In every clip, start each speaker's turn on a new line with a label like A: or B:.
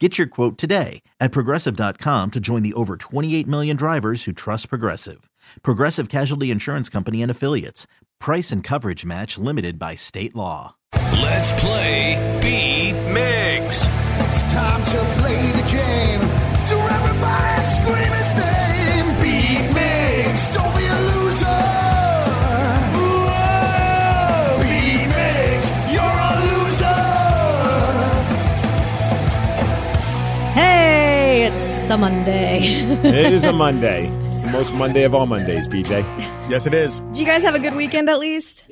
A: Get your quote today at progressive.com to join the over 28 million drivers who trust Progressive. Progressive Casualty Insurance Company and Affiliates. Price and coverage match limited by state law.
B: Let's play B Migs.
C: It's time to play the game. So everybody scream his name. Beat Migs. Don't be a loser. Whoa. Beat Migs. You're a loser.
D: Hey, it's a Monday.
E: it is a Monday. It's the most Monday of all Mondays, BJ.
F: Yes, it is.
D: Did you guys have a good weekend at least?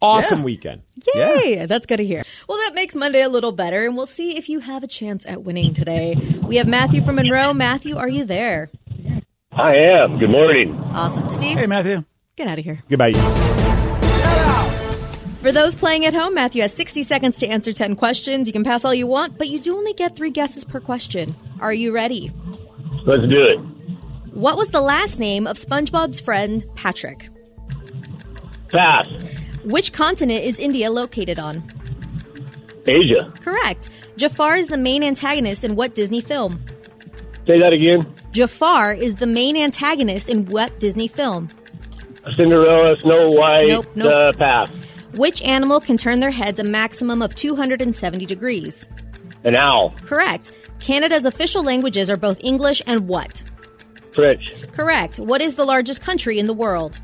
E: Awesome weekend.
D: Yay! That's good to hear. Well, that makes Monday a little better, and we'll see if you have a chance at winning today. We have Matthew from Monroe. Matthew, are you there?
G: I am. Good morning.
D: Awesome. Steve,
F: Hey, Matthew.
D: get out of here.
E: Goodbye. you.
D: For those playing at home, Matthew has 60 seconds to answer 10 questions. You can pass all you want, but you do only get three guesses per question. Are you ready?
G: Let's do it.
D: What was the last name of SpongeBob's friend, Patrick?
G: Pass.
D: Which continent is India located on?
G: Asia.
D: Correct. Jafar is the main antagonist in what Disney film?
G: Say that again.
D: Jafar is the main antagonist in what Disney film?
G: Cinderella, Snow White,
D: Nope, nope.
G: Uh, pass.
D: Which animal can turn their heads a maximum of 270 degrees?
G: An owl.
D: Correct. Canada's official languages are both English and what?
G: French.
D: Correct. What is the largest country in the world?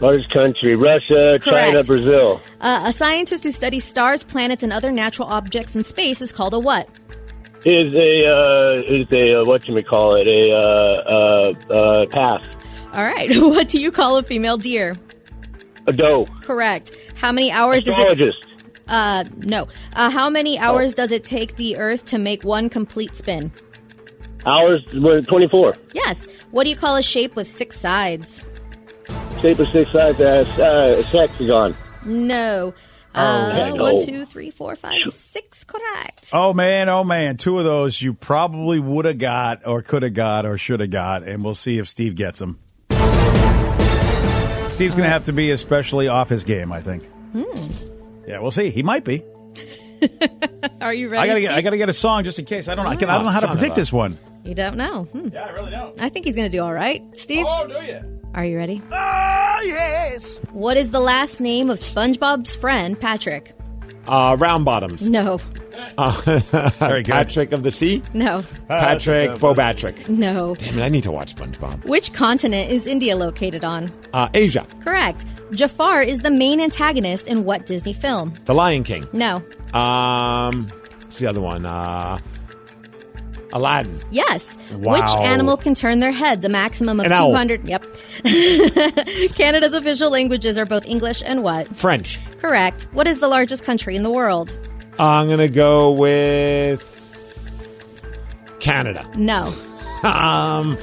G: Largest country. Russia, China,
D: Correct.
G: Brazil.
D: Uh, a scientist who studies stars, planets, and other natural objects in space is called a what?
G: Is a, uh, is a, uh, what you may call it, a, uh, uh, uh, pass.
D: All right. What do you call a female deer?
G: A doe.
D: Correct. How many hours does it?
G: Astrologist.
D: Uh, no. Uh, how
F: Oh.
D: many hours does it take the Earth to make one complete spin?
G: Hours, well, 24.
D: Yes. What do you call a shape with six sides?
G: Shape of six sides, uh, uh, sexagon.
D: No.
F: Oh,
G: yeah,
D: Uh,
G: no.
D: one, two, three, four, five, six. Correct.
F: Oh, man. Oh, man. Two of those you probably would have got, or could have got, or should have got, and we'll see if Steve gets them. Steve's going to have to be especially off his game, I think.
D: Hmm.
F: Yeah, we'll see. He might be.
D: Are you ready?
F: I gotta get.
D: Steve?
F: I gotta get a song just in case. I don't. I, can, I don't know how to predict this one.
D: You don't know. Hmm.
F: Yeah, I really don't.
D: I think he's gonna do all right. Steve,
F: do you?
D: are you ready?
F: Ah, yes.
D: What is the last name of SpongeBob's friend Patrick?
E: Uh, round bottoms. Uh,
D: No,
F: Very good.
E: Patrick of the Sea.
D: no,
E: Patrick Bobatrick.
D: no.
E: I mean, I need to watch SpongeBob.
D: Which continent is India located on?
E: Uh, Asia.
D: Correct. Jafar is the main antagonist in what Disney film?
E: The Lion King.
D: No.
E: Um, what's the other one? Uh, Aladdin.
D: Yes. Which
E: Wow.
D: animal can turn their heads a maximum of
E: An owl.
D: 200? Yep. Canada's official languages are both English and what?
E: French.
D: Correct. What is the largest country in the world?
E: I'm gonna go with Canada.
D: No.
E: Um,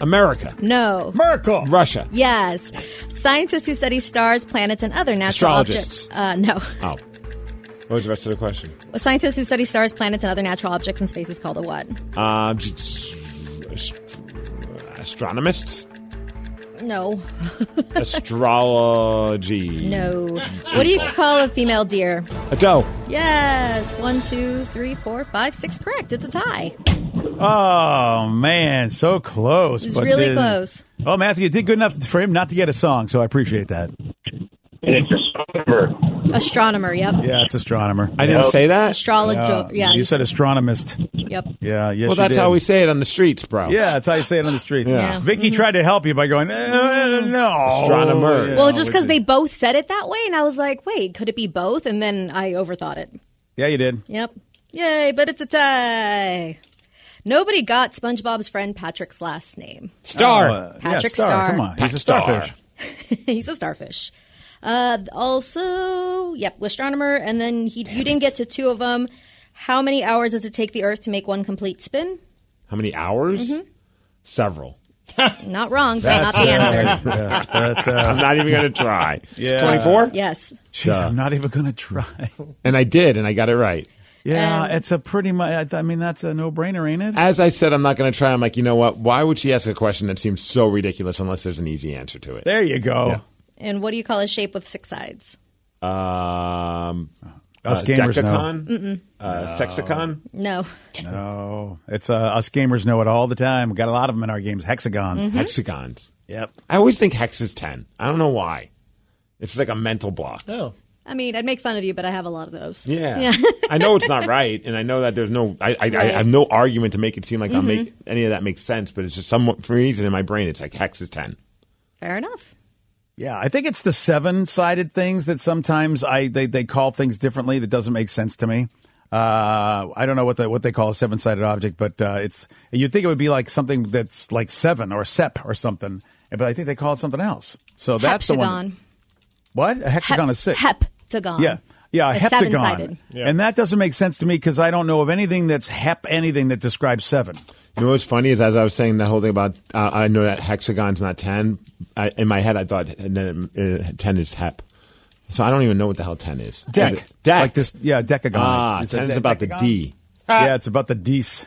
E: America.
D: No.
F: Merkel.
E: Russia.
D: Yes. Scientists who study stars, planets, and other natural
E: Astrologists.
D: objects. Uh, no.
E: Oh, what was the rest of the question?
D: Scientists who study stars, planets, and other natural objects in space is called a what?
E: Um, j- astro- astronomists,
D: No.
E: astrology.
D: No. What do you call a female deer?
E: A doe.
D: Yes. One, two, three, four, five, six. Correct. It's a tie.
F: Oh man, so close.
D: It was
F: but
D: really
F: then-
D: close.
F: Oh, Matthew, you did good enough for him not to get a song, so I appreciate that.
G: And it's astronomer.
D: Astronomer. Yep.
F: Yeah, it's astronomer.
E: I didn't say that.
D: Astrologer. Yeah.
F: you said astronomist.
D: Yep.
F: Yeah. Yes,
E: well,
F: you
E: that's
F: did.
E: how we say it on the streets, bro.
F: Yeah, that's how you say it on the streets.
E: Yeah. Yeah.
D: Mm-hmm.
F: Vicky tried to help you by going, eh, no.
E: Astronomer.
F: Yeah,
D: Well, just because
F: we
D: they
F: did.
D: both said it that way, and I was like, wait, could it be both? And then I overthought it.
F: Yeah, you did.
D: Yep. Yay, but it's a tie. Nobody got SpongeBob's friend Patrick's last name.
E: Star.
F: Uh, yeah,
D: Patrick
F: star.
D: Star.
F: Come on. He's a
E: Star.
F: starfish.
D: He's a starfish. Uh, also, yep, astronomer. And then he, you didn't get to two of them. How many hours does it take the Earth to make one complete spin?
E: How many hours?
F: Mm-hmm.
E: Several.
D: Not wrong, but not the
F: uh,
D: answer.
F: yeah, that's, uh,
E: I'm not even going to try.
F: Yeah.
E: 24?
D: Yes.
F: Jeez, I'm not even going to try.
E: And I did, and I got it right.
F: Yeah,
D: Um,
F: it's a pretty much. I mean, that's a no-brainer, ain't it?
E: As I said, I'm not going to try. I'm like, you know what? Why would she ask a question that seems so ridiculous unless there's an easy answer to it?
F: There you go.
D: And what do you call a shape with six sides?
E: Um,
F: Us
E: uh,
F: gamers know. Mm-hmm.
E: Decacon? Uh, Sexicon?
D: No.
F: No, it's uh, us gamers know it all the time. We got a lot of them in our games. Hexagons.
D: Mm-hmm.
E: Hexagons.
F: Yep.
E: I always think hex is 10. I don't know why. It's like a mental block.
H: Oh.
D: I mean, I'd make fun of you, but I have a lot of those.
E: Yeah. I know it's not right, and I know that there's no, I, I, I have no argument to make it seem like I'm make, any of that makes sense, but it's just some for reason in my brain, it's like hex is 10.
D: Fair enough.
F: Yeah, I think it's the seven-sided things that sometimes I they, they call things differently that doesn't make sense to me. Uh, I don't know what the, what they call a seven-sided object, but uh, it's you'd think it would be like something that's like seven or sep or something, but I think they call it something else. So that's the
D: Heptagon.
F: one. What a hexagon
D: Hep-
F: is six.
D: Heptagon.
F: Yeah. Yeah, a
D: It's
F: heptagon.
D: seven-sided.
F: And that doesn't make sense to me because I don't know of anything that's hep anything that describes seven.
E: You know what's funny is as I was saying that whole thing about uh, I know that hexagon's not ten. I, in my head, I thought and then uh, ten is hep. So I don't even know what the hell ten is.
F: Deck.
E: Is it- Deck.
F: Like this, yeah, decagon.
E: Ah,
F: It's a
E: ten is
F: de-
E: about the
F: decagon?
E: D.
F: Yeah, it's about the Dees.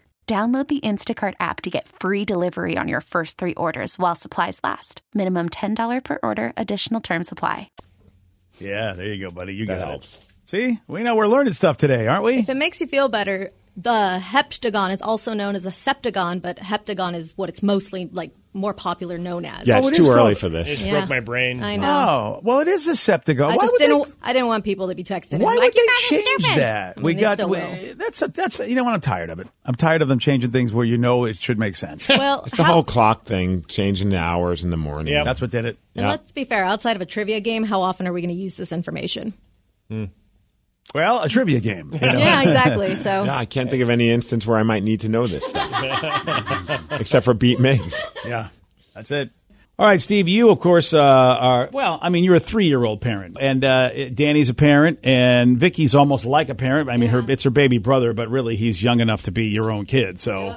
I: Download the Instacart app to get free delivery on your first three orders while supplies last. Minimum $10 per order, additional term supply.
F: Yeah, there you go, buddy. You
E: That
F: got
E: helps.
F: it. See, we know we're learning stuff today, aren't we?
D: If it makes you feel better, the heptagon is also known as a septagon, but heptagon is what it's mostly like more popular known as.
E: Yeah,
F: Oh, it
E: it's
F: is
E: too early
F: called-
E: for
H: It
E: this.
H: just
D: Yeah.
H: broke my brain.
D: I know.
F: Oh, well, it is a Septagon.
D: I
F: Why
D: just
F: would
D: didn't.
F: They,
D: I didn't want people to be texting.
F: why
D: in,
F: would
D: like, you guys
F: they
D: are
F: change
D: stupid."
F: that?
D: I mean,
F: we
D: they
F: got
D: still
F: we-
D: will.
F: that's a that's a, you know what I'm tired of it. I'm tired of them changing things where you know it should make sense.
D: Well,
E: It's the
D: how,
E: whole clock thing, changing the hours in the morning.
H: Yep.
F: that's what did it.
D: and let's be fair. Outside of a trivia game, how often are we going to use this information?
F: Well, a trivia game.
D: Yeah, exactly. So
E: Yeah, I can't think of any instance where I might need to know this stuff, except for beat Migs.
F: Yeah, that's it. All right, Steve. You, of course, uh, are well. I mean, you're a three-year-old parent, and uh, Danny's a parent, and Vicky's almost like a parent. I mean, her it's her baby brother, but really, he's young enough to be your own kid. So,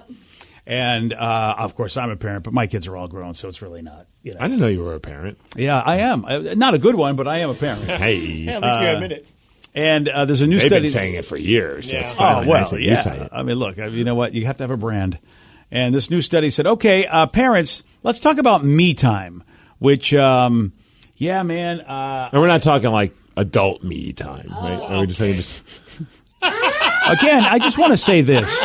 F: and uh, of course, I'm a parent, but my kids are all grown, so it's really not. You know.
E: I didn't know you were a parent.
F: Yeah, I am. I, not a good one, but I am a parent.
E: Hey, Uh,
H: At least you admit it.
F: and uh, there's a new
E: they've
F: study
E: been saying it for years. so
H: Yeah.
E: it's
H: Oh,
E: finally
F: Oh, well,
E: nice that you say
F: yeah.
E: it.
F: I mean, look, I- you know what? You have to have a brand. And this new study said, okay, uh, parents, let's talk about me time, which, um, yeah, man, uh,
E: And we're not talking like adult me time, right? Are we just talking just
F: again, I just want to say this.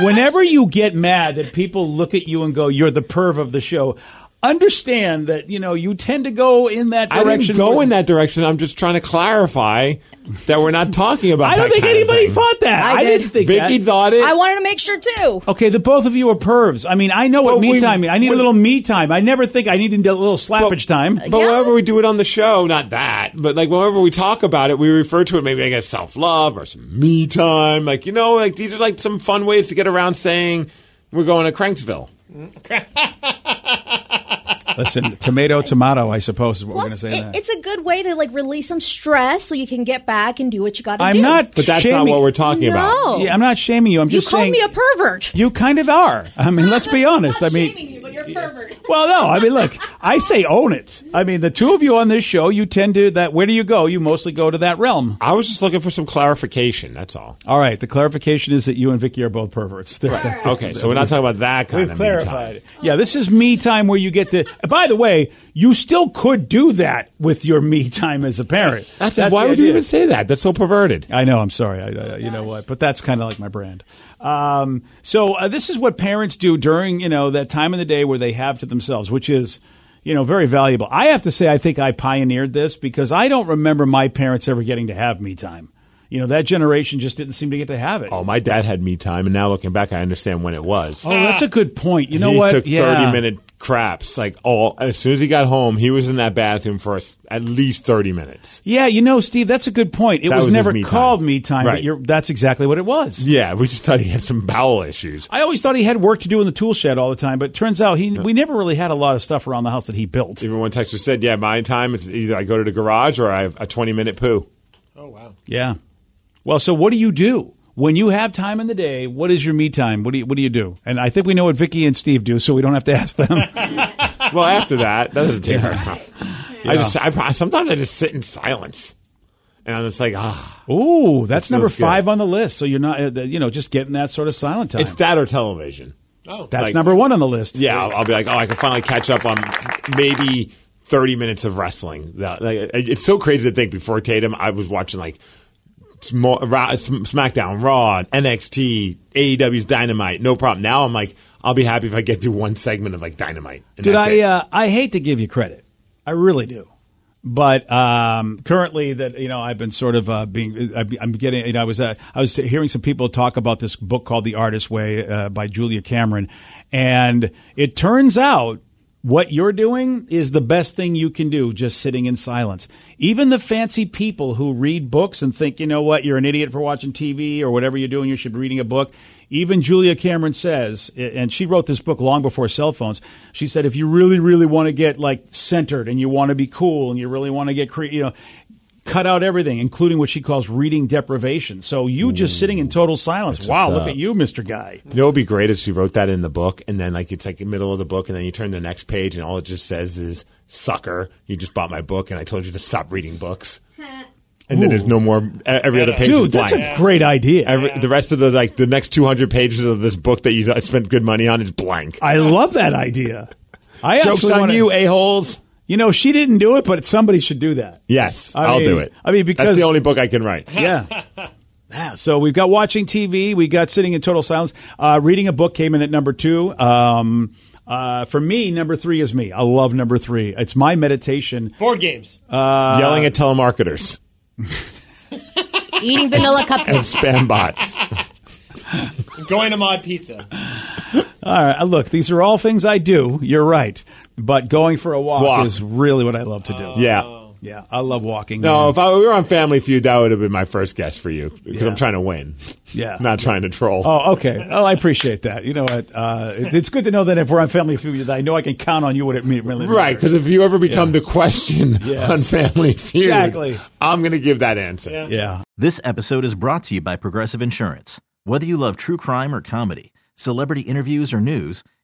F: Whenever you get mad that people look at you and go, you're the perv of the show, understand that, you know, you tend to go in that
E: I
F: direction.
E: didn't go
F: more-
E: in that direction. I'm just trying to clarify that we're not talking about.
F: I don't
E: that
F: think
E: kind of
F: anybody
E: thing.
F: thought that.
D: I
F: I,
D: did.
F: didn't think
E: Vicky
F: that.
E: thought it.
D: I wanted to make sure too.
F: Okay, the both of you are pervs. I mean, I know what
E: But
F: me
E: we-
F: time. is. I need a
E: we-
F: little me time. I never think I need a little slappage time.
E: but whenever we do it on the show, not that, but like whenever we talk about it, we refer to it maybe like as self love or some me time. Like you know, like these are like some fun ways to get around saying we're going to Cranksville.
F: Listen, tomato, tomato. I suppose is what we're
D: Plus,
F: going to say.
D: it,
F: now.
D: it's a good way to like release some stress, so you can get back and do what you got to do.
F: I'm not,
E: But that's
F: shaming-
E: not what we're talking about.
D: No.
F: Yeah, I'm not shaming you. I'm
D: Oh. You
F: just
D: called
F: saying
D: me a pervert.
F: you kind of are. I mean, let's be honest. I mean,
D: you, but you're pervert.
F: Well, no, I mean, look, I say own it. I mean, the two of you on this show, you tend to that. Where do you go? You mostly go to that realm.
E: I was just looking for some clarification. That's all.
F: All right. The clarification is that you and Vicky are both perverts. That- that's the-
E: Okay, so we're not talking about that kind
F: We've
E: of
F: clarified. it. Yeah, this is me time where you get to. and By the way, you still could do that with your me time as a parent.
E: That's,
F: That's
E: why
F: the
E: would you
F: idea.
E: even say that? That's so perverted.
F: I know. I'm sorry. I, I, you know what? But that's kind of like my brand. Um, so uh, this is what parents do during you know that time of the day where they have to themselves, which is you know very valuable. I have to say, I think I pioneered this because I don't remember my parents ever getting to have me time. You know that generation just didn't seem to get to have it.
E: Oh, my dad had me time, and now looking back, I understand when it was.
F: Oh, that's a good point. You know
E: he
F: what?
E: took
F: Yeah.
E: thirty minute craps. Like all as soon as he got home, he was in that bathroom for s- at least thirty minutes.
F: Yeah, you know, Steve, that's a good point. It
E: That
F: was,
E: was his
F: never
E: me time.
F: called me time, but
E: Right.
F: you're, that's exactly what it was.
E: Yeah, we just thought he had some bowel issues.
F: I always thought he had work to do in the tool shed all the time, but turns out he we never really had a lot of stuff around the house that he built.
E: Even one texter said, "Yeah, my time is either I go to the garage or I have a twenty minute poo."
F: Yeah. Well, so what do you do when you have time in the day? What is your me time? What do you What do you do? And I think we know what Vicky and Steve do, so we don't have to ask them.
E: Well, after that, that doesn't take very long. I just I, pro- sometimes I just sit in silence, and I'm just like, ah,
F: Ooh, that's
E: This
F: number
E: feels good.
F: five on the list. So you're not, uh, the- you know, just getting that sort of silent time.
E: it's that or television.
F: that's
E: like-
F: number one on the list.
E: Yeah, I'll, I'll be like, oh, I can finally catch up on maybe 30 minutes of wrestling. That- like, it's so crazy to think before Tatum, I was watching like Smo- Ra- Sm- SmackDown, Raw, NXT, AEW's E Dynamite, no problem. Now I'm like, I'll be happy if I get through one segment of like Dynamite. and
F: Did
E: that's
F: I?
E: it.
F: Uh, I hate to give you credit. I really do. But um, currently, that you know, I've been sort of uh, being. I've- I'm getting. You know, I was uh, I was hearing some people talk about this book called The Artist Way uh, by Julia Cameron, and it turns out what you're doing is the best thing you can do. Just sitting in silence. Even the fancy people who read books and think, you know what, you're an idiot for watching TV or whatever you're doing. You should be reading a book. Even Julia Cameron says, and she wrote this book long before cell phones. She said, if you really, really want to get like centered and you want to be cool and you really want to get cre- you know, cut out everything, including what she calls reading deprivation. So you
E: Mm.
F: just sitting in total silence. Wow, look at you, Mister Guy.
E: You know, it'd be great if she wrote that in the book, and then like it's like middle of the book, and then you turn to the next page, and all it just says is "sucker." You just bought my book, and I told you to stop reading books. And then there's no more. e- Every other page is
F: Dude,
E: blank.
F: that's a great idea.
E: Every, The rest of the like the next 200 pages of this book that you spent good money on is blank.
F: I love that idea. I
E: Jokes
F: actually
E: on
F: wanna-
E: you, a holes.
F: You know, she didn't do it, but somebody should do that.
E: Yes,
F: I
E: will
F: mean-
E: do it.
F: I mean, because-
E: that's the only book I can write.
F: yeah. Yeah, so we've got watching TV, we got sitting in total silence. Uh, reading a book came in at number two. Um, uh, for me, number three is me. I love number three. It's my meditation.
H: Board games.
F: uh,
E: Yelling at telemarketers
D: Eating vanilla
E: and
D: cupcakes.
E: spam bots.
H: Going to Mod Pizza.
F: Uh, look, these are all things I do. You're right, but going for a walk,
E: Walk. Uh,
F: is really what I love to do.
E: Yeah.
F: yeah, I love walking.
E: No,
F: man.
E: if I, we were on Family Feud, that would have been my first guess for you because I'm trying to win,
F: yeah.
E: not trying to troll.
F: Oh, okay. Oh, I appreciate that. You know what? Uh, it- it's good to know that if we're on Family Feud, I know I can count on you when it me- really
E: Right,
F: matters.
E: because if you ever become the question
F: Yes.
E: on Family Feud,
F: Exactly.
E: I'm going to give that answer.
F: Yeah.
A: This episode is brought to you by Progressive Insurance. Whether you love true crime or comedy, celebrity interviews or news,